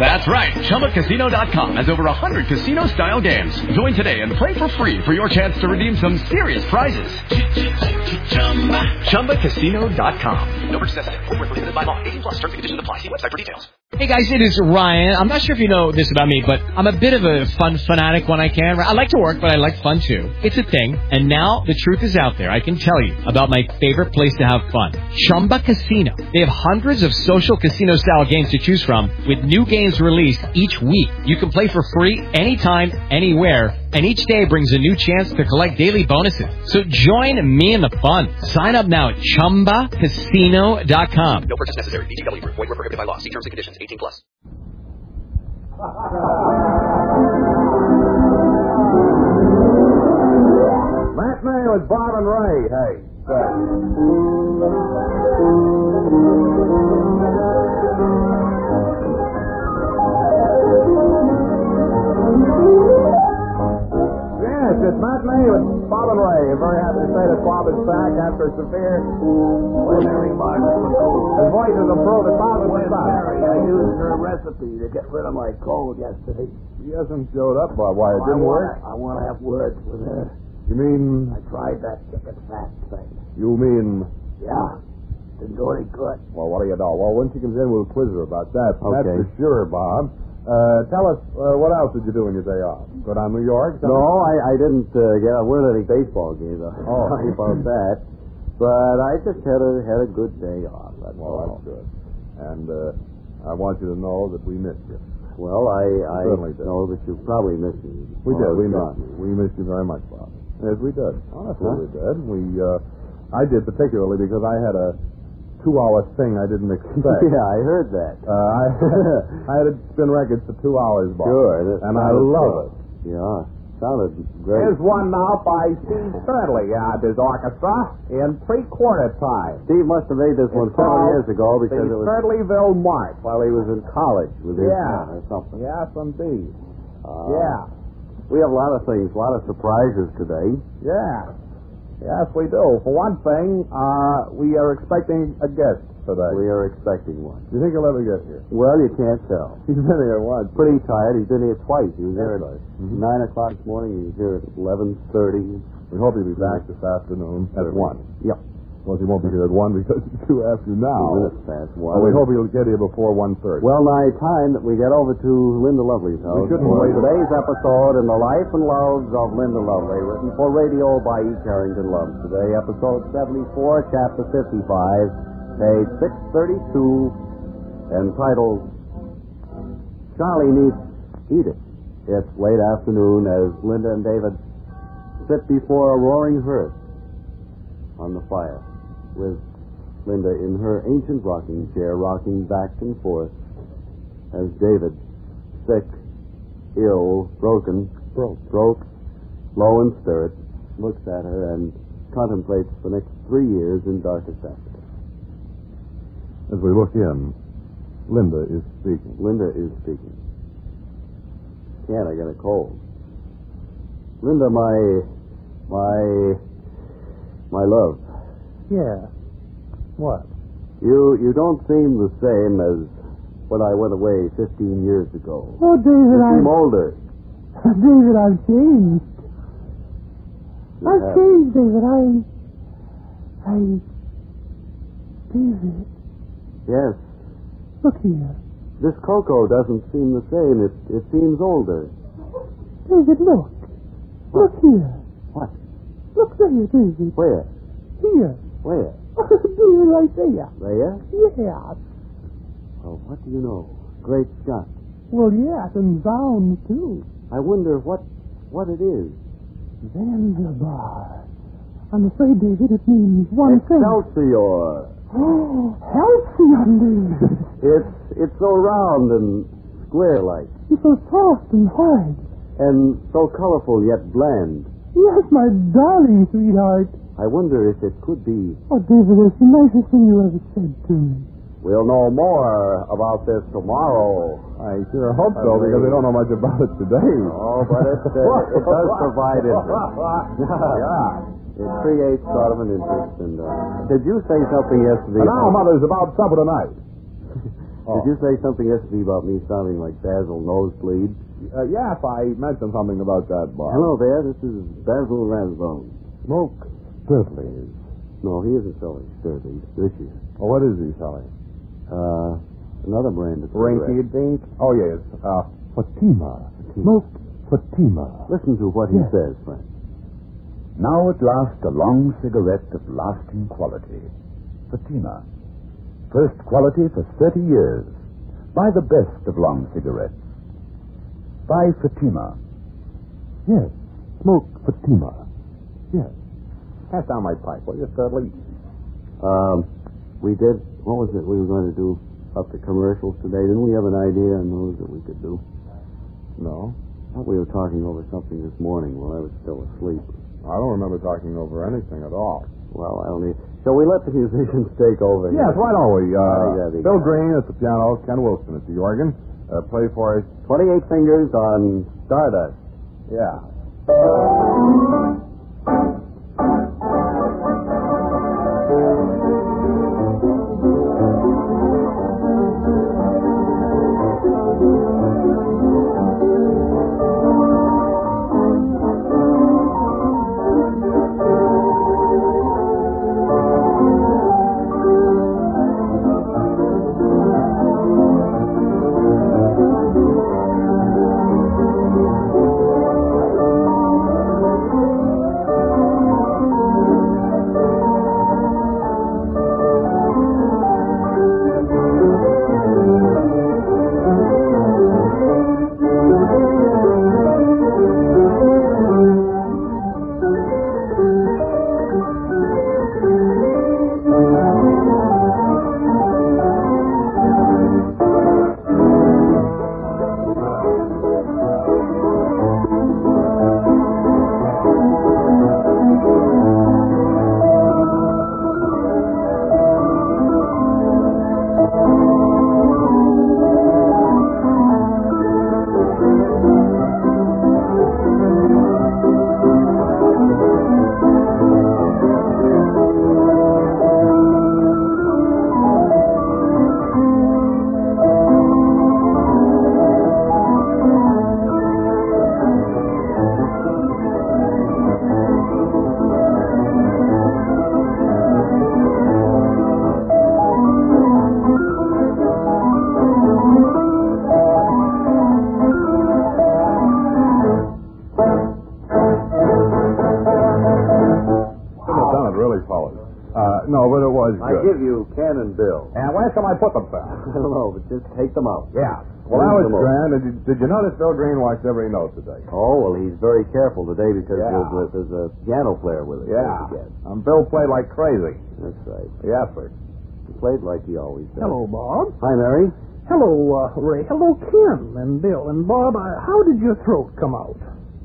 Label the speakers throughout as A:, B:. A: That's right. ChumbaCasino.com has over 100 casino style games. Join today and play for free for your chance to redeem some serious prizes. ChumbaCasino.com. No purchase necessary. Void where prohibited by law. 18 plus terms and conditions apply. See website for details.
B: Hey guys, it is Ryan. I'm not sure if you know this about me, but I'm a bit of a fun fanatic when I can. I like to work, but I like fun too. It's a thing. And now the truth is out there. I can tell you about my favorite place to have fun. Chumba Casino. They have hundreds of social casino style games to choose from with new games released each week. You can play for free anytime, anywhere. And each day brings a new chance to collect daily bonuses. So join me in the fun. Sign up now at ChumbaCasino.com.
A: No purchase necessary. BGW. Void where prohibited by law. See terms and conditions. 18 plus.
C: Matinee with Bob and Ray. Hey. Yes, it's matinee with Bob and Ray. We're very happy to say that Bob is back after a severe
D: Ordinary Martin
C: The voice of the pro that Bob is back.
D: Mary, I used her recipe to get rid of my cold yesterday.
C: He hasn't showed up by why it
D: I
C: didn't work.
D: wanna- I want to have words with her.
C: You mean
D: I tried that chicken fat thing.
C: you mean
D: Yeah, didn't do any good.
C: well, what do you know? Well, when she comes in, we'll quiz her about that.
E: Okay.
C: That's for sure, Bob. Uh, tell us, uh, what else did you do on your day off? Go down to New York?
E: No, I, I didn't uh, get up. Weren't any baseball games. I'm
C: Oh.
E: sorry about that. But I just had a had a good day off. That's
C: Well,
E: all.
C: that's good. And uh, I want you to know that we missed you.
E: Well, I I
C: Certainly did.
E: know that you probably missed me.
C: We did.
E: Oh,
C: We
E: God.
C: missed you. We missed you very much, Bob. Yes, we did. Honestly,
E: Huh?
C: we did. We, uh, I did particularly because I had a two-hour thing I didn't expect.
E: yeah, I heard that.
C: Uh, I, I had it spin records for two hours, Bob.
E: Sure, that
C: And I
E: sounded
C: love it.
E: Yeah, sounded great.
C: Here's one now by Steve Stirling out his orchestra in three-quarter time.
E: Steve must have made this one
C: It's
E: several
C: called
E: years ago because
C: the
E: it was
C: Stirleyville March.
E: while he was in college with his
C: Yeah.
E: or something.
C: Yes, indeed.
E: Uh,
C: yeah.
E: We have a lot of things, a lot of surprises today.
C: Yeah. Yes, we do. For one thing, uh, we are expecting a guest today.
E: We are expecting one.
C: Do you think he'll ever get here?
E: Well, you can't tell.
C: He's been here once.
E: pretty tired. He's been here twice. He was
C: That's
E: here at
C: right.
E: nine o'clock this morning. He was here at eleven thirty.
C: We hope he'll be back this afternoon.
E: At one. Yep.
C: Of course, he won't be here at one because it's two after
E: He's
C: now.
E: in it past
C: Well,
E: one.
C: we hope he'll get here before one thirty.
E: Well, nigh time that we get over to Linda Lovely's house.
C: shouldn't
E: for
C: wait.
E: Today's episode in the life and loves of Linda Lovely, written for radio by E. Carrington Love. Today, episode 74, chapter 55, page 632, entitled Charlie Needs Edith. It's late afternoon as Linda and David sit before a roaring hearth on the fire with Linda in her ancient rocking chair, rocking back and forth as David, sick, ill, broken, broke, broke, low in spirits, looks at her and contemplates the next three years in darkest aspect.
C: As we look in, Linda is speaking.
E: Linda is speaking. Can't I get a cold? Linda, my, my, my love.
C: Yeah. What?
E: You you don't seem the same as when I went away 15 years ago.
F: Oh,
E: You
F: David,
E: seem
F: I'm
E: older.
F: David, I'm changed.
E: You
F: I'm
E: have-
F: changed, David. I'm I'm David.
E: Yes.
F: Look here,
E: This cocoa doesn't seem the same. It it seems older.
F: David. Look. Look here.
E: What?
F: Look there, David.
E: Where?
F: Here.
E: Where?
F: David, right there.
E: There?
F: Yeah.
E: Oh, what do you know? Great Scott!
F: Well, yes, and bound too.
E: I wonder what what it is.
F: Zanzibar. I'm afraid, David, it means one thing.
E: Excelsior.
F: Oh, Halcyon, David.
E: It's it's so round and square like,
F: It's so soft and hard.
E: and so colorful yet bland.
F: Yes, my darling sweetheart.
E: I wonder if it could be
F: Oh, David, it's the nicest thing you ever said to me.
E: We'll know more about this tomorrow.
G: I sure hope so, because we don't know much about it today.
E: Oh, but it, uh, it does provide interest. yeah. It creates sort of an interest. And uh, did you say something yesterday?
G: Now,
E: about-
G: Mother's about supper tonight. Oh.
E: Did you say something yesterday about me sounding like Basil Nosebleed?
G: Uh, yeah, if I mentioned something about that, Bob.
E: Hello there. This is Basil Rathbone.
G: Smoke Sizzling.
E: No, he isn't selling Sturdy this year.
G: Oh, what is he selling?
E: Uh, another brand. of
G: Rinky
E: cigarettes.
G: Dink? Oh, yes. Uh, Fatima. Smoke Fatima.
E: Listen to what he
G: Yes.
E: says, Frank.
D: Now at last a long cigarette of lasting quality. Fatima. First quality for 30 years. Buy the best of long cigarettes. Buy Fatima.
G: Yes. Smoke Fatima. Yes.
D: Pass down my pipe, will you, Studley?
E: Um, we did. What was it we were going to do up to commercials today? Didn't we have an idea on those that we could do?
G: No.
E: I thought we were talking over something this morning while I was still asleep.
G: I don't remember talking over anything at all.
E: Well, I don't need. Shall we let the musicians take over?
G: Yes, why don't
E: I think
G: we? Uh,
E: that'd be
G: Bill
E: good.
G: Green at the piano, Ken Wilson at the organ. Uh, play for us.
E: Twenty-eight fingers on Stardust.
G: Yeah. Couldn't have done it really, fellas. Uh, no, but it was
E: I
G: good.
E: give you Cannon Bill.
G: And where shall I put them, pal?
E: I don't know, but just take them out.
G: Yeah. Well, that was
E: Reasonable.
G: grand. Did you, did you notice Bill Green watched every note today?
E: Oh well, he's very careful today because
G: Yeah.
E: there's, a, there's a piano player with us. Again.
G: And Bill played like crazy.
E: That's right.
G: Yes, sir.
E: He played like he always does.
F: Hello, Bob.
E: Hi, Mary.
F: Hello, uh, Ray. Hello, Kim and Bill and Bob. Uh, how did your throat come out?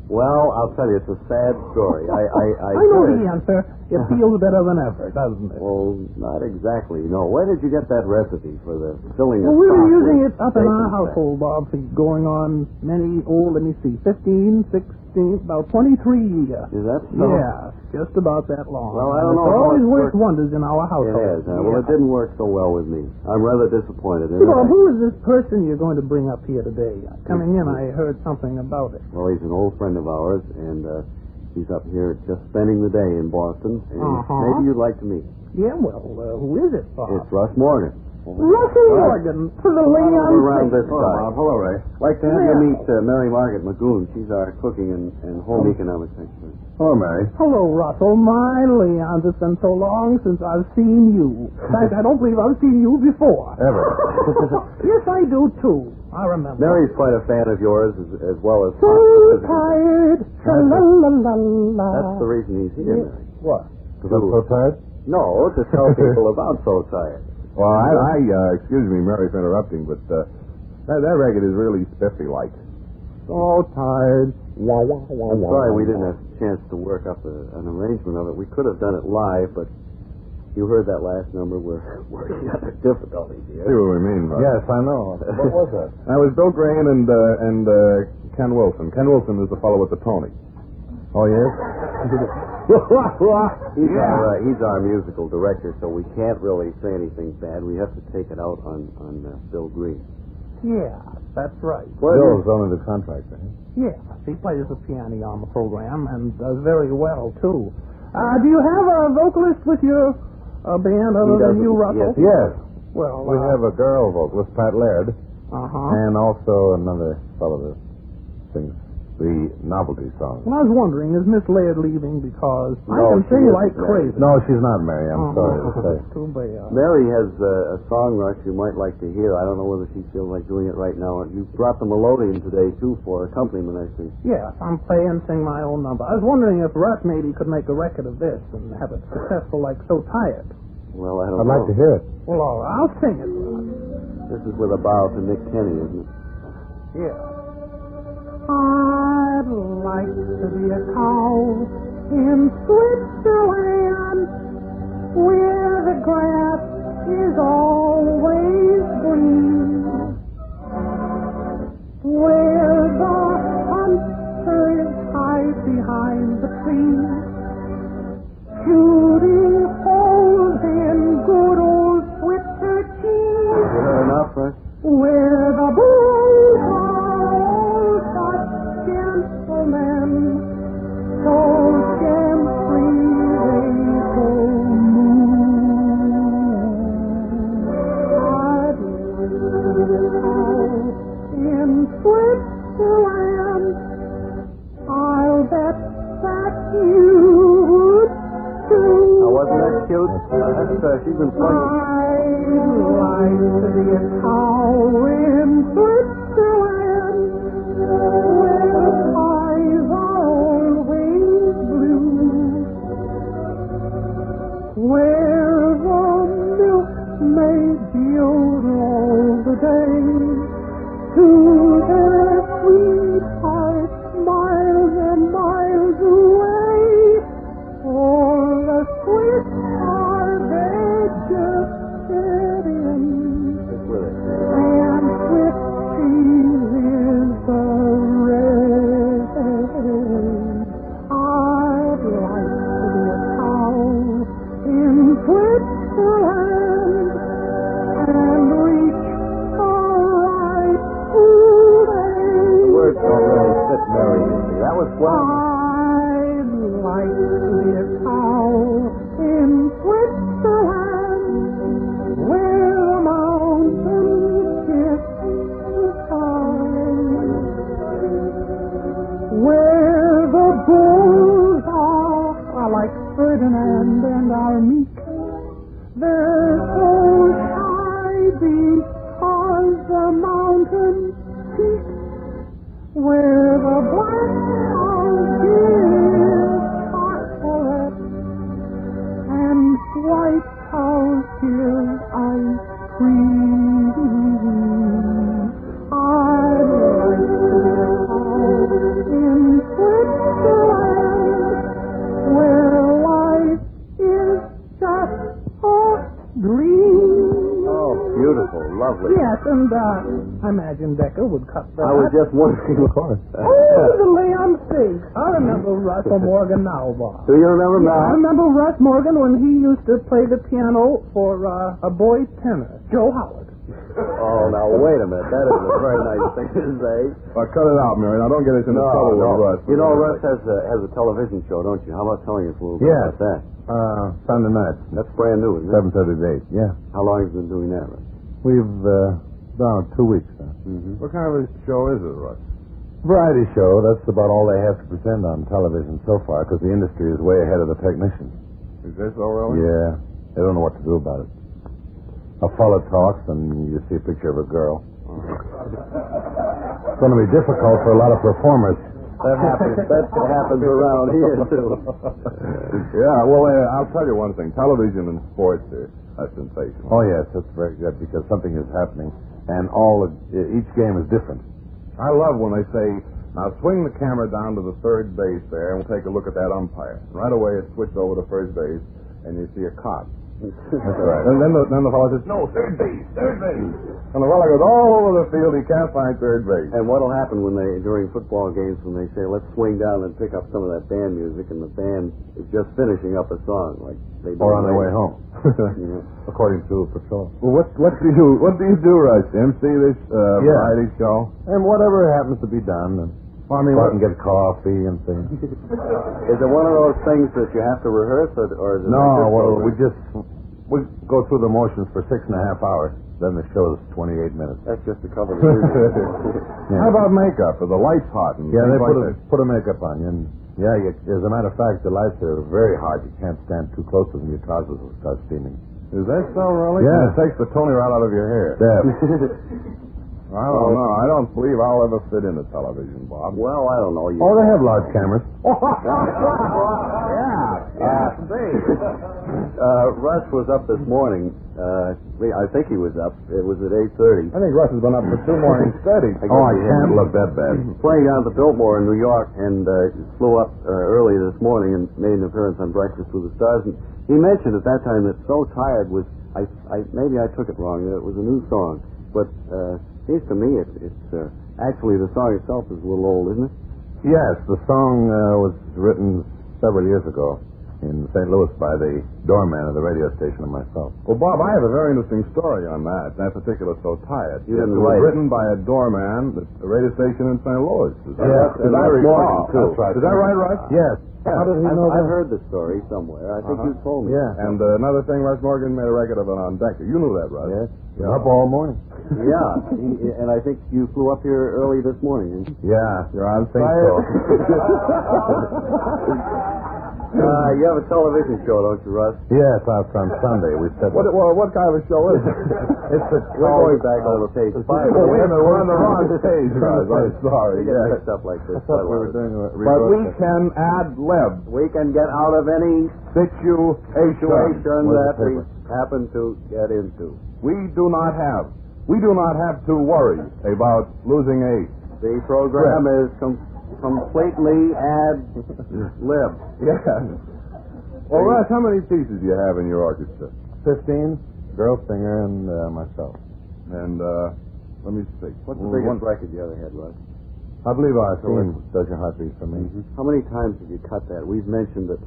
E: Well, I'll tell you, it's a sad story. I, I, I,
F: know
E: heard-
F: the answer. It feels better than ever, doesn't it?
E: Well, not exactly. No. Where did you get that recipe for the filling
F: Well,
E: of
F: we were
E: stock
F: using
E: with
F: it up in our
E: bacon fat?
F: household, Bob, for going on many, oh, let me see, 15, 16, about 23 years.
E: Is that so?
F: Yeah, just about that long.
E: Well, I
F: It's
E: don't know how
F: always
E: it's
F: worked
E: worked.
F: wonders in our
E: It
F: household.
E: has. huh? Well, it didn't work so well with me. I'm rather disappointed. in
F: Hey, Bob,
E: it.
F: who is this person you're going to bring up here today? Coming in, I heard something about it.
E: Well, he's an old friend of ours, and uh, he's up here just spending the day in Boston. And
F: Uh-huh.
E: maybe you'd like to meet. him.
F: Yeah, well, uh, who is it, Bob?
E: It's Russ Morgan.
F: Russell Morgan, for the
E: We're
F: Leon.
E: around this side.
G: hello, Ray.
E: like to have
F: Yeah.
E: you meet uh, Mary Margaret Magoon. She's our cooking and, and home economics expert.
G: Hello, Mary.
F: Hello, Russell. My Leon, it's been so long since I've seen you. In fact, I don't believe I've seen you before.
G: Ever.
F: yes, I do, too. I remember.
E: Mary's quite a fan of yours as, as well as.
F: So tired. Tra-la-la-la-la.
E: That's the reason he's here, Mary.
G: What?
E: To-
G: tired?
E: no, to tell people about So Tired.
G: Well, I, I uh, excuse me, Mary, for interrupting, but uh, that, that record is really spiffy like. So tired. Wah, wah, wah,
E: I'm
G: wah,
E: sorry
G: wah,
E: we didn't have
G: wah.
E: a chance to work up a, an arrangement of it. We could have done it live, but You heard that last number. We're working out the difficulties
G: See
E: here.
G: what we mean by
E: Yes,
G: I know.
E: What was that?
G: That was Bill Graham and uh, and uh, Ken Wilson. Ken Wilson is the fellow with the Tony.
E: Oh, yes? he's, our, uh, he's our musical director, so we can't really say anything bad. We have to take it out on, on uh, Bill Green. uh,
F: Yeah, that's right.
G: Bill's only the contractor.
F: Yeah, he plays the piano on the program and does very well too. Uh, do you have a vocalist with your uh, band other than
E: doesn't-
F: you, Russell?
E: yes,
G: Yes,
F: Well,
G: we have a girl vocalist, Pat Laird,
F: Uh huh.
G: and also another fellow that sings the novelty songs.
F: Well, I was wondering, is Miss Laird leaving because I
E: No,
F: can
E: she
F: sing
E: isn't,
F: like
E: Mary.
F: crazy.
G: No, she's not Mary. I'm
F: Uh-huh.
G: sorry to say.
F: Too bad.
E: Mary has uh, a song rush you might like to hear. I don't know whether she feels like doing it right now. You brought the melodeon today, too, for accompaniment, I think.
F: Yes, I'm playing sing my own number. I was wondering if Rat maybe could make a record of this and have it successful like So Tired.
E: Well, I don't
G: I'd
E: know.
G: like to hear it.
F: Well, all right, I'll sing it. Rod.
E: This is with a bow to Nick Kenny, isn't it?
F: Yeah. I'd like to be a cow in Switzerland where the grass is always green. where the hunter is hides behind the trees, shooting holes in good old Switzer cheese,
E: You heard enough, right?
F: where the bulls are all such gentlemen, so gently they go move. I'd in Switzerland. I'll bet that you would too.
E: Now, wasn't that cute? That's, uh, she's been playing.
F: I'd like to be a cow in Switzerland, where the skies are always blue, where the milk may yodel all the day to their sweethearts miles and miles away. For the Swiss are they just kidding?
E: Stick with it.
F: And Swiss cheese is the rest. I'd like to be a cow in Switzerland and reach the right
E: The
F: blue
E: words don't really fit Mary. you see. That was swell.
F: I'd like to be a cow in Switzerland, where the mountains kiss the sky, where the bulls are, are like Ferdinand and Armique. They're so shy because the mountain peaks where the black cloud gives chocolate and white cows give ice cream. I'd like to live in Switzerland where life is just a dream.
E: Oh, beautiful. Lovely.
F: Yes, and uh, I imagine Becker would cut that.
E: I was just wondering. Of course.
F: Oh, the Leon Fig. I remember Russell Morgan now, Bob.
E: Do you remember
F: I
E: now?
F: remember Russ Morgan when he used to play the piano for uh, a boy tenor, Joe Howard.
E: Oh, now wait a minute. That is a very nice thing to say.
G: Well, cut it out, Mary. Now don't get us into trouble with Russ.
E: You know, Russ has a, has a television show, don't you? How about telling us a little bit
G: Yes.
E: about that?
G: Uh, Sunday night,
E: That's brand new, isn't it?
G: seven thirty to eight. Yeah,
E: How long have you been doing that, Russ?
G: we've uh, done it two weeks now.
E: Mm-hmm.
G: What kind of a show is it, Russ? Variety show. That's about all they have to present on television so far, because the industry is way ahead of the technicians. Is this so really? Yeah. They don't know what to do about it. A fellow talks, and you see a picture of a girl. it's going to be difficult for a lot of performers.
E: That happens. that happens around here too.
G: yeah, well, uh, I'll tell you one thing. Television and sports are, are sensational. Oh, yes, that's very good because something is happening, and all of, e- each game is different. I love when they say, now swing the camera down to the third base there, and we'll take a look at that umpire. Right away, it switches over to first base, and you see a cop. That's right. And then the, then the fellow says, no, third base, third base. And the fellow goes all over the field. He can't find third base.
E: And what'll happen when they during football games when they say, "Let's swing down and pick up some of that band music," and the band is just finishing up a song, like they do
G: Or on their way home,
E: Yeah.
G: according to Patrol. Well, what what do you what do you do, Rush? MC this uh,
D: Yeah.
G: variety show and whatever happens to be done. And well, I mean, go out and get coffee and things.
E: Is it one of those things that you have to rehearse, or, or is it
G: No,
E: just
G: well,
E: program?
G: we just we go through the motions for six and a half hours. Then the show's twenty-eight minutes.
E: that's just to cover the music.
G: How about makeup? Are the lights hot? And yeah,
D: things
G: they
D: like
G: put a, put a makeup on you. And yeah, you, as a matter of fact, the lights are very hot. You can't stand too close to them. Your trousers will start steaming.
D: Is that so, really?
G: Yeah, it takes the Tony right out of your hair.
D: I don't know. I don't believe I'll ever fit into television, Bob.
E: well, I don't know. You
G: Oh, they have large cameras.
E: Yeah. uh, Russ was up this morning. Uh, I think he was up. It was at eight thirty.
G: I think Russ has been up for two mornings steady.
E: I guess
G: oh, I
E: he
G: can't
E: has.
G: look that bad.
E: Playing down at the Biltmore in New York, and uh, flew up uh, early this morning and made an appearance on Breakfast with the Stars. And he mentioned at that time that "So Tired" was I, I maybe I took it wrong. It was a new song, but uh, seems to me it, it's uh, actually the song itself is a little old, isn't it?
G: Yes, the song uh, was written several years ago in St. Louis by the doorman of the radio station and myself.
D: Well, Bob, I have a very interesting story on that. That particular so tired.
E: You
D: Yes, it
E: didn't
D: was
E: write it.
D: written by a doorman at a radio station in St. Louis. Is that
G: Yeah,
D: right?
G: and
D: As I
G: that's
D: recall.
G: Morgan, too.
D: That's right. Is that right, Russ?
G: Yes. How did he
E: I've,
G: know
E: I've
G: that? Uh-huh.
E: heard the story somewhere. I think you told me.
G: Yeah.
D: And uh, another thing, Russ Morgan made a record of it on Decker. You knew that, Russ.
G: Yes. Been Up all morning.
E: Yeah, he- he- and I think you flew up here early this morning. didn't you?
G: Yeah. You're on think
E: Uh, you have a television show, don't you, Russ?
G: yes, out on Sunday. We said
D: What, well, what kind of a show is it?
G: it's the
E: We're going back over page five.
D: Oh, wait a minute. We're on the wrong
G: Yes.
D: page, Russ. I'm sorry.
E: We get
D: Yes.
E: mixed up like this.
G: That's what we were doing. uh,
D: But we
G: rebroadcast.
D: can ad lib
E: We can get out of any situation
D: situation
G: Where's the
E: that we
G: paper?
E: happen to get into.
D: We do not have. We do not have to worry about losing age.
E: The program is com- completely ad lib.
D: Yes. Well, Russ, how many pieces do you have in your orchestra?
G: Fifteen, girl singer, and uh, myself.
D: And uh, let me see. What's
E: The biggest record you ever had, Russ.
G: I believe our theme does your heartbeat for me.
E: Mm-hmm. How many times have you cut that? We've mentioned that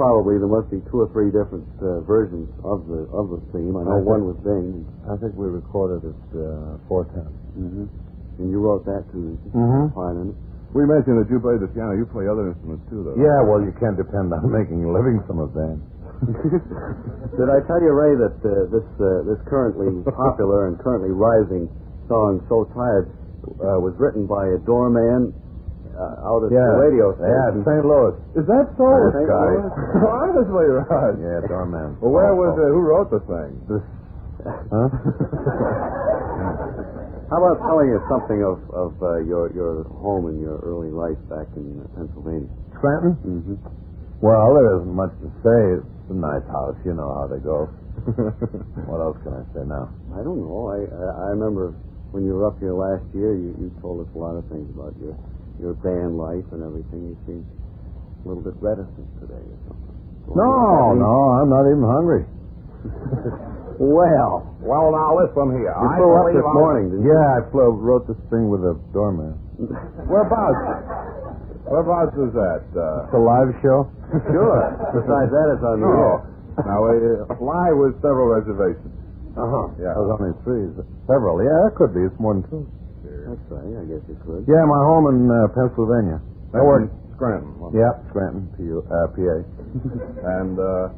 E: probably there must be two or three different uh, versions of the of the theme. I know
G: I think-
E: one was Bing,
G: I think we recorded it uh, four times.
E: Mm-hmm. and you wrote that to
G: Mm-hmm.
E: Finan.
D: We mentioned that you play the piano. You play other instruments too, though.
G: Yeah, well, you can't depend on making a living from a band.
E: Did I tell you, Ray, that uh, this uh, this currently popular and currently rising song "So Tired" uh, was written by a doorman uh, out at the radio
G: Yeah,
E: station?
G: St. Louis.
D: Is that so?
E: I
D: This
E: think
D: guy.
E: so.
D: Honestly, Russ.
G: Yeah, doorman.
D: Well, where was it? Who wrote the thing?
G: Huh?
E: How about telling us something of of uh, your your home and your early life back in uh, Pennsylvania?
G: Scranton?
E: Mm-hmm.
G: Well, there isn't much to say. It's a nice house. You know how they go. what else can I say now?
E: I don't know. I, I I remember when you were up here last year, you, you told us a lot of things about your your band life and everything. You seem a little bit reticent today or something.
G: No, no, I'm not even hungry.
E: Well.
D: Well, now listen here.
E: You flew up this morning, didn't you?
G: Yeah, I flew, wrote this thing with a doorman.
D: Whereabouts? Whereabouts is that? Uh,
G: It's a live show.
E: Sure. Besides that, it's on the
D: no. Now, uh, fly with several reservations.
E: Uh-huh.
D: Yeah.
G: There's only three. is it? Several. Yeah, it could be. It's more than two.
E: That's right. I guess it could.
G: Yeah, my home in uh, Pennsylvania.
D: That was Scranton. wasn't it?
G: Yeah, Scranton, PU, uh, PA.
D: And uh,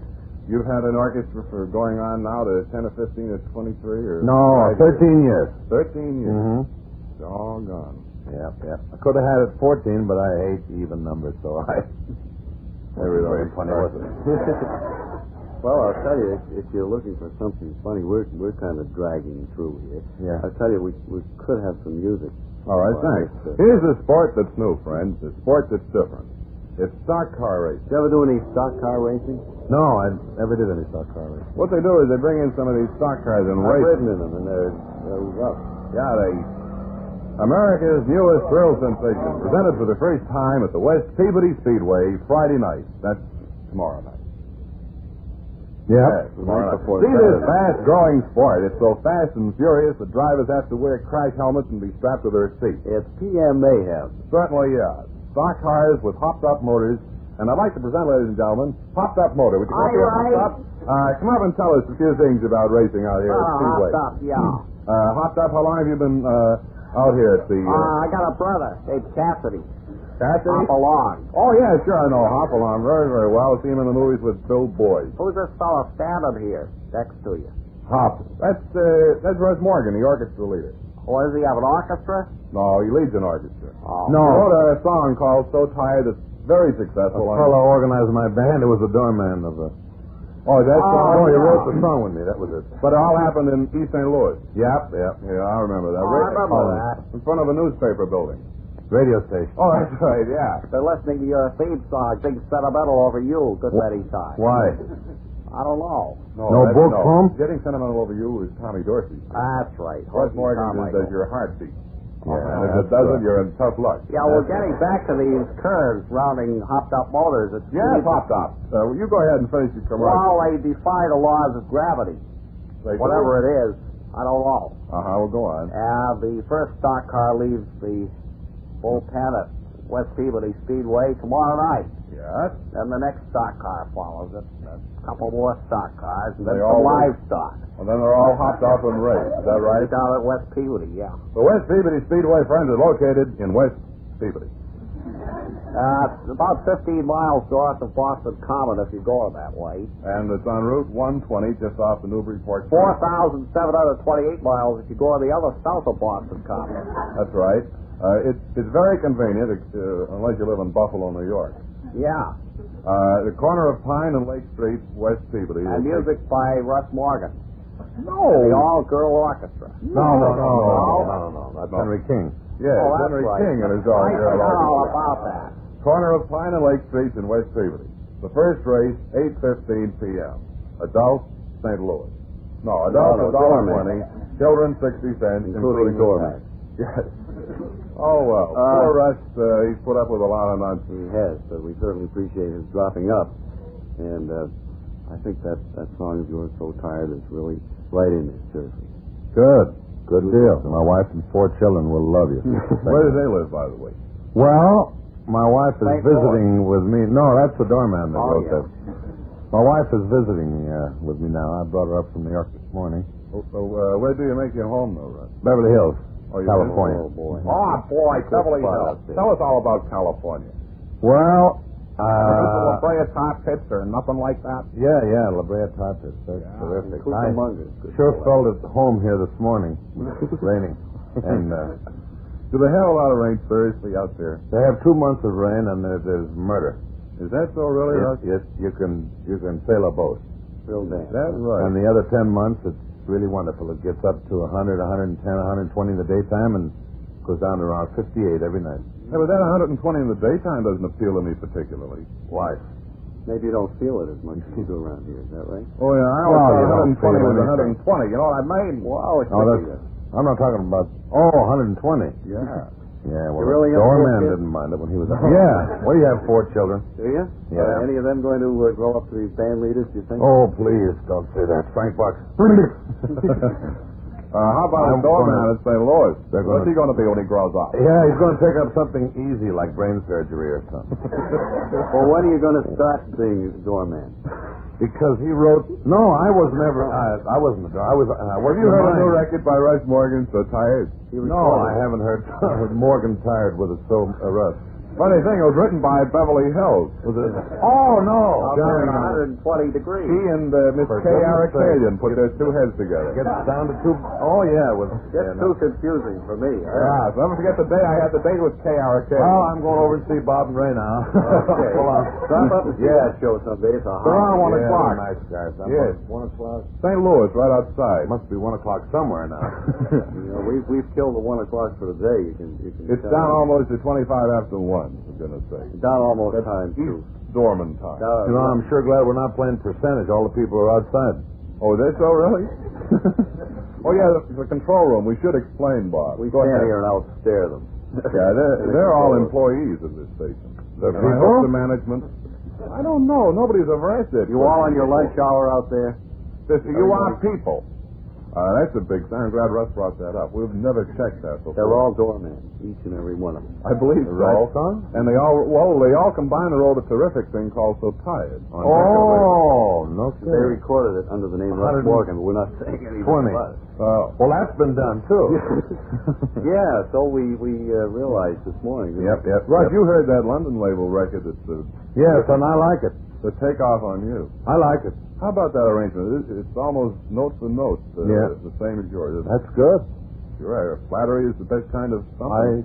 D: you've had an orchestra for going on now to 10 or 15 or 23 or...
G: No,
D: five years.
G: 13 years.
D: 13 years.
G: Mm-hmm.
D: All gone.
G: Yeah, yeah. I could have had it 14, but I hate even numbers, so I.
D: Maybe it'll be
G: funny, wasn't it?
E: Well, I'll tell you, if, if you're looking for something funny, we're, we're kind of dragging through here.
G: Yeah.
E: I'll tell you, we, we could have some music.
D: All right,
E: Well,
D: thanks.
E: it's, uh,
D: Here's a sport that's new, friends. A sport that's different. It's stock car racing.
E: Did you ever do any stock car racing?
G: No, I never did any stock car racing.
D: What they do is they bring in some of these stock cars and
E: I've
D: race.
E: ridden in them, and they're, they're rough.
D: Yeah, they. America's newest thrill sensation, presented for the first time at the West Peabody Speedway Friday night. That's tomorrow night.
G: Yep.
E: Right before
G: See
E: the
G: this
E: president.
G: fast growing sport. It's so fast and furious that drivers have to wear crash helmets and be strapped to their seats.
E: It's PM mayhem.
G: Certainly, yeah. Stock cars with hopped up motors. And I'd like to present, ladies and gentlemen, Hopped Up Motor. Would you come up here,
E: All right.
G: Hopped Up? Uh, come up and tell us a few things about racing out here
F: Ah,
G: at Speedway.
E: stop, yeah.
G: Uh, hopped Up, how long have you been uh, out here at the. Uh,
F: Ah,
E: I got a brother named Cassidy.
G: Cassidy?
E: Hop along.
G: Oh, yeah, sure, I know Hopalong very, very well. I've seen him in the movies with Bill Boyd.
E: Who's this fellow standing here next to you?
G: Hop. That's, uh, that's Russ Morgan, the orchestra leader.
E: Oh, does he have an orchestra?
G: No, he leads an orchestra.
E: Oh.
G: No. He wrote a song called So Tired that's very
E: A
G: successful. on-
E: fellow
G: organized my band. It was the doorman of the. Oh, that's
E: Oh,
G: oh, you
E: yeah.
G: wrote the song with me. That was it. But it all happened in East St. Louis. Yep, yep. Yeah, I remember that.
E: Oh, I
G: Right-
E: remember
G: oh,
E: that.
G: In front of a newspaper building.
D: Radio station.
G: Oh, that's right. Yeah.
E: They're listening to your theme song, Big Sentimental over you, good Betty time.
G: Why?
E: I don't know.
D: No
G: Oh, that's-
D: book form?
G: Getting sentimental over you is Tommy Dorsey.
E: That's right.
G: Russ
E: Horton
G: Morgan just
E: Carmichael.
G: does your heartbeat.
D: Yeah,
G: and if
D: that's
G: it doesn't,
D: right.
G: you're in tough luck.
E: Yeah, well, getting back to these curves rounding hopped up motors, it's
G: Yes, Hop Top. Uh, well, you go ahead and finish your commercial.
E: well, they defy the laws of gravity.
G: They do?
E: Whatever it is, I don't know.
G: Uh-huh, well, go on.
E: Uh, the first stock car leaves the bullpen at West Peabody Speedway tomorrow night.
G: Yes.
E: Then the next stock car follows it. and A couple more stock cars, and then
G: They
E: some
G: all-
E: livestock.
G: And then they're all hopped off and raced. Is that right?
E: Down at West Peabody, yeah.
G: The West Peabody Speedway Friends are located in West Peabody.
E: Uh, it's about 15 miles north of Boston Common if you're going that way.
G: And it's on Route 120 just off the Newburyport.
E: 4,728 miles if you go on the other south of Boston Common.
G: That's right. Uh, it's, it's very convenient, uh, unless you live in Buffalo, New York.
E: Yeah.
G: Uh, the corner of Pine and Lake Street, West Peabody.
E: And music by Russ Morgan.
G: No.
E: The All Girl Orchestra.
G: No, no, no, no,
E: no,
G: That's
D: Henry King.
G: Yeah,
E: oh, that's
G: Henry
E: right.
G: King and his dog.
E: I
G: Earl
E: forgot all
G: Arthur.
E: about that.
G: Corner of Pine and Lake Streets in West Peabody. The first race, 8.15 p.m. Adult, St. Louis. No, adult,
E: no,
G: adult
E: gourmet.
G: 20. Children, 60 cents.
E: Including
G: Including,
E: gourmet.
G: the tax. Yes. Oh, well.
E: Uh,
G: Poor Russ, uh, he's put up with a lot of nonsense.
E: He has, but we certainly appreciate his dropping up. And uh, I think that, that song of yours, So Tired, is really right in it, seriously.
G: Good.
D: Good deal. My wife and four children will love you.
G: Where do they live, by the way?
D: Well, my wife is
E: Thank
D: visiting with me. No, that's the doorman that
E: Oh,
D: wrote
E: yeah.
D: that. My wife is visiting uh, with me now. I brought her up from New York this morning.
G: Oh, oh, uh, where do you make your home, though, Russ?
D: Beverly Hills,
G: Oh, you
D: California.
G: live- Oh, boy, Beverly
E: spot
G: Hills.
E: out there.
G: Tell us all about California.
D: Well,
G: La
D: uh,
G: Brea hot pits or nothing like that?
D: yeah, yeah, La Brea Tartas. That's
G: Yeah,
D: terrific.
E: Cooper
D: I
E: Munger's good
D: sure
E: boy.
D: felt at home here this morning. It was raining. And uh,
G: Do they have a lot of rain seriously out there?
D: they have two months of rain and there, there's murder.
G: Is that so really?
D: Yes,
G: Russ?
D: yes, you can you can sail a boat.
E: Real dance.
G: That's right.
D: And the other 10 months, it's really wonderful. It gets up to 100, 110, 120 in the daytime and goes down to around 58 every night.
G: Yeah, but that 120 in the daytime doesn't appeal to me particularly.
D: Why?
E: Maybe you don't feel it as much as you do around here, is that right?
G: Oh, yeah, I
D: Well, you don't
G: always thought
D: feel
G: 120 was
D: anything.
G: 120. You know what I mean?
E: Wow, it's
D: Oh, that's, I'm not talking about, oh, 120.
G: Yeah.
D: Yeah, well,
E: You really
D: the
E: have four
D: doorman
E: kids?
D: didn't mind it when he was out. Yeah. Well, you have four children.
E: Do you?
D: Yeah.
E: Are any of them going to uh, grow up to be band leaders, do you think?
D: Oh, please, don't say that. Frank Buck.
G: Uh, how about
D: I'm
G: the doorman
D: gonna-
G: at St. Louis?
D: They're
G: What's
D: gonna-
G: he going to be when he grows up?
D: yeah, he's going to take up something easy like brain surgery or something.
E: Well, when are you going to start being a doorman?
D: Because he wrote, no, I was never, I, I wasn't the door. I was, I
G: Have
D: worked
G: you
D: in
G: heard a new
D: mines.
G: record by Russ Morgan, So Tired?
D: No, I haven't heard Morgan tired with it so uh, rough.
G: Funny thing, it was written by Beverly Hills.
D: Was it? Oh no!
E: Out there at 120 degrees.
G: He and uh, Miss
D: For
G: K.
D: goodness
G: Arakalian put their two heads together.
D: Gets down to two oh yeah, it was.
E: It's
D: yeah, no. Ah,
E: too confusing for me. I-
G: Yeah, so never forget the day I had the date with K. Arakalian.
D: Well, I'm going over to see Bob and Ray now.
G: Okay.
D: Hold on.
E: Drop up and see
D: Yeah.
E: that show someday. It's a hot.
G: Around one
D: yeah,
G: o'clock.
D: they're Nice guys. I'm
G: Yes.
D: One o'clock.
G: St. Louis, right outside.
D: It must be one o'clock somewhere now.
E: You know, we've, we've killed the one o'clock for the day. You can, you can
G: It's
E: tell.
G: down almost to 25 after 1, for goodness sake.
E: It's down almost time, too.
G: Dorman time.
E: Down-
D: you know, I'm sure glad we're not playing percentage. All the people are outside.
G: Oh, is that so, really? oh, yeah, the, the control room. We should explain, Bob.
E: we
G: Go
E: can't
G: ahead.
E: here and outstare them.
G: Yeah, they're, they're all employees of this station. They're
D: The
G: right
D: people?
G: up to management. I don't know. Nobody's arrested.
E: You all on your lunch hour out there?
G: Listen, you are people. Uh, that's a big thing. I'm glad Russ brought that up. We've never checked that before.
E: They're all doormen, each and every one of them.
G: I believe
E: They're
G: so.
E: all son?
G: And they all, well, they all combined and wrote a terrific thing called So Tired. on
E: Oh,
G: record label.
E: no They recorded it under the name Russ
G: 100
E: Morgan, but we're not saying anything
G: Twenty.
E: about it.
G: Uh, well, that's been done, too.
E: Yeah, so we, we uh, realized this morning. didn't
G: yep,
E: we?
G: yep. Russ, you heard that London label record that's the,
D: Yes, and I like it.
G: the takeoff on you.
D: I like it.
G: How about that arrangement? It- It's almost note for note. Uh,
D: Yeah.
G: The same as yours.
D: That's good.
G: You're right. Flattery is the best kind of something.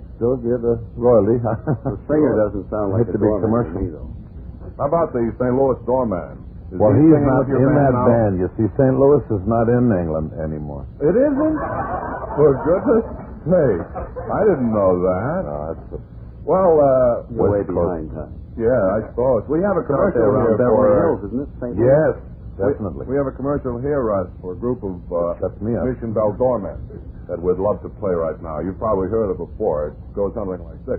D: I still give the royalty.
E: The singer doesn't sound like
D: It's a
E: a
D: big
E: doorman
D: commercial.
E: to me, though.
G: How about the St. Louis doorman? Is
D: well,
G: he
D: he's
G: singing
D: not
G: with your
D: in that
G: now?
D: band. You see, St. Louis is not in England anymore.
G: It isn't? For goodness sake. I didn't know that.
D: Oh,
G: Well, uh,
E: You're way
G: West Coast.
E: behind time.
G: Yeah, I suppose. We have a
E: Out
G: commercial
E: there around
G: here
E: Beverly Hills,
G: for...
E: isn't it? St. Louis?
D: Yes,
G: We-
D: definitely.
G: We have a commercial here, Russ, for a group of uh,
D: Shuts me up.
G: Mission Bell doormen that we'd love to play right now. You've probably heard it before. It goes something like this.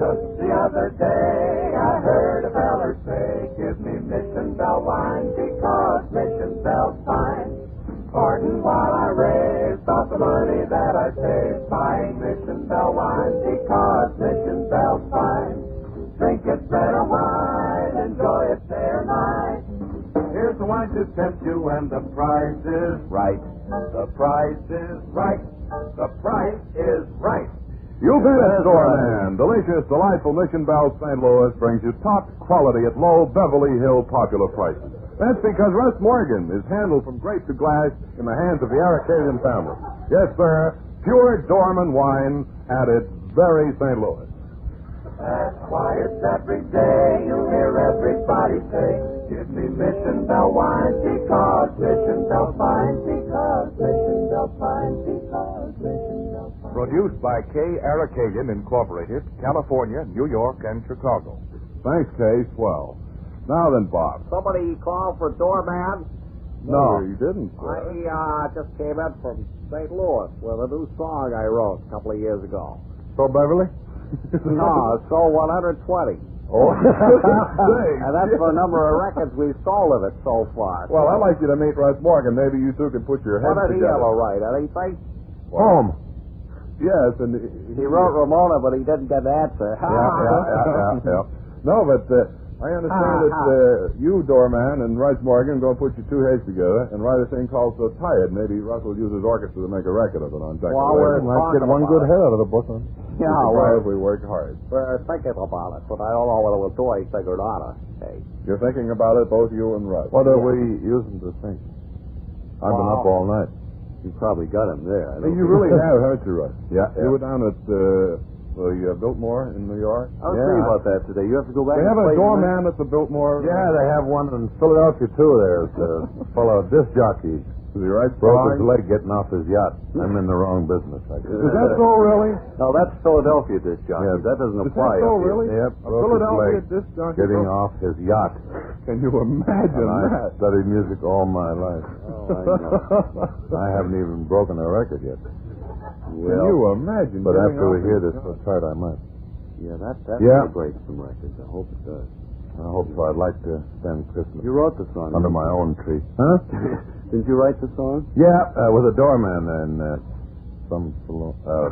C: Just the other day, I heard a feller say, Give me Mission Bell wine because Mission Bell's fine. Pardon while I rave about the money that I save buying Mission Bell wine because Mission Bell's fine. Drink it better wine, enjoy it day or night. Here's the wine to tempt you, and the price is right. The price is right. The price is right.
G: You be a doorman. Delicious, delightful Mission Bell St. Louis brings you top quality at low Beverly Hill popular prices. That's because Russ Morgan is handled from grape to glass in the hands of the Arcadian family. Yes, sir. Pure Dorman wine at its very St. Louis.
C: That's why it's every day you hear everybody say, Give me Mission Bell wine because Mission Bell fine, because Mission Bell fine, because Mission Bell fine.
G: Produced by K. Aracalian Incorporated, California, New York, and Chicago. Thanks, K. Swell. Now then, Bob.
H: Somebody called for doorman.
G: No, you didn't.
H: I uh, just came in from St. Louis with a new song I wrote a couple of years ago.
G: So, Beverly?
H: No, it's sold 120.
G: Oh,
H: And that's the number of records we've sold of it so far.
G: Well, I'd like you to meet Russ Morgan. Maybe you two can put your
H: What
G: heads
H: did he
G: together.
H: ever write? Anything?
G: Home. Yes, and
H: He
G: he,
H: wrote Ramona, but he didn't get an answer.
E: Ah.
G: Yeah, yeah, yeah, yeah, yeah. No, but uh, I understand
H: Ah,
G: that
H: ah.
G: uh, you, doorman, and Russ Morgan going to put your two heads together and write a thing called "So Tired." Maybe Russ will use his orchestra to make a record of it on deck.
H: Well, we're
G: Let's
H: talking
G: get one
H: about
G: good
H: it.
G: head out of the book. Huh?
H: Yeah,
G: We'll
H: well-
G: if we work hard.
H: We're thinking about it, but I don't know whether we'll do anything or not. Okay.
G: You're thinking about it, both you and Russ.
D: What are we using to think? I've been
H: Wow.
D: up all night.
E: You probably got him there. I don't
G: Hey, you
E: think-
G: really have, haven't you, Russ?
D: Yeah, yeah.
G: You were down at uh, the uh, Biltmore in New York.
E: I was thinking about that today. You have to go back and
G: They have
E: play
G: a
E: the next-
G: doorman at the Biltmore.
D: Yeah, they have one in Philadelphia too. There's a fellow disc jockey
G: Is he right?
D: broke his
G: Fine.
D: leg getting off his yacht. I'm in the wrong business. I guess.
G: Is that so really?
E: No, that's Philadelphia disc jockey.
D: Yeah.
E: That doesn't
G: Is
E: apply.
G: that so
E: up here.
G: really?
D: Yep,
G: A
D: broke his
G: Philadelphia
D: leg
G: disc jockey.
D: Getting
G: broke-
D: off his yacht.
G: Can you imagine
D: And I
G: that?
D: studied music all my life.
E: Oh, I know.
D: I haven't even broken a record yet.
G: Can
E: Well,
G: you imagine?
D: But
G: getting
D: after we
G: off
D: hear
G: his
D: this, let's try it, I might.
E: yeah, that that
D: Yeah.
E: will break some records. I hope it does.
D: I hope so. I'd like to spend Christmas
E: You wrote the song.
D: under my own tree. Huh?
E: Didn't you write the song?
D: Yeah, uh, with a doorman and uh, some salo- uh,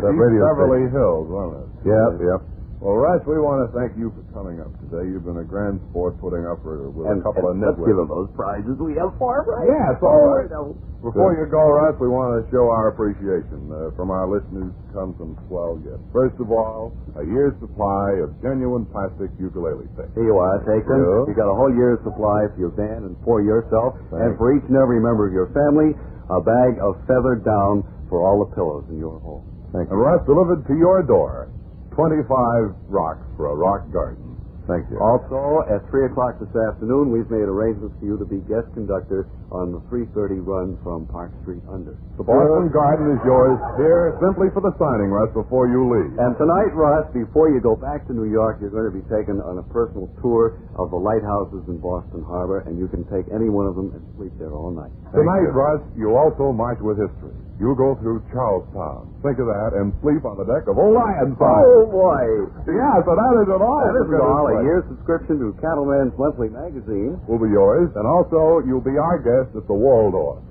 D: that
G: East
D: radio
G: Beverly Hills, wasn't it?
D: station. Yep, yep.
G: Well, Russ, we want to thank you for coming up today. You've been a grand sport putting up with with a
E: And-
G: couple
E: and let's
G: of
E: give him
G: nitwits.
E: those prizes we have for him, right?
G: Yeah, it's all right.
E: Oh,
G: Before you go, Russ, we want to show our appreciation. Uh, from our listeners comes some swell gifts. First of all, a year's supply of genuine plastic ukulele sticks.
E: Here you are, take them.
G: Yeah.
E: You got a whole year's supply for your band and for yourself, and for each and every member of your family, a bag of feather down for all the pillows in your home.
D: Thank
G: And
D: you.
G: Russ delivered to your door 25 rocks for a rock garden.
D: Thank you.
E: Also, at three o'clock this afternoon, we've made arrangements for you to be guest conductor on the 3:30 run from Park Street under.
G: The Boston Garden is yours here simply for the signing, Russ, before you leave.
E: And tonight, Russ, before you go back to New York, you're going to be taken on a personal tour of the lighthouses in Boston Harbor, and you can take any one of them and sleep there all night.
G: Tonight, Russ, you also march with history. You'll go through Charlestown. Think of that and sleep on the deck of old Lion
E: Oh, boy.
G: Yeah, so that is it all.
E: That
G: for
E: isn't
G: goodness
E: all. A
G: sake.
E: year's subscription to Cattleman's Monthly Magazine.
G: will be yours, and also you'll be our guest at the Waldorf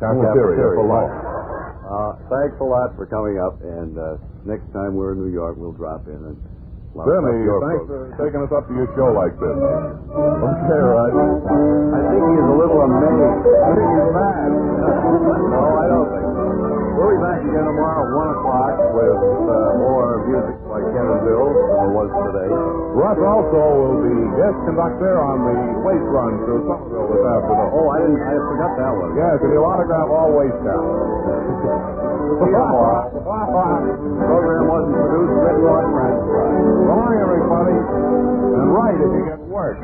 G: Cafeteria for lunch.
E: Uh, thanks a lot for coming up, and uh, next time we're in New York, we'll drop in and lock up
G: Benny,
E: your
G: thanks
E: program.
G: for taking us up to your show like this. Okay, right.
E: I think he's a little amazed. I think he's mad. no, I don't think so. We'll be back again tomorrow at 1 o'clock with uh, more music by Kevin Bills than there was today.
G: Russ also will be guest conductor on the waste run through Somerville this afternoon.
E: Oh, I didn't. I forgot that one.
G: Yes, and he'll autograph all waste down.
E: program wasn't produced, written, or transcribed.
G: Long, everybody. And right if you get work.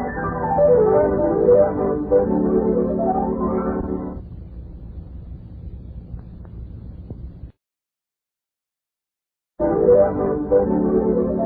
C: Thank you.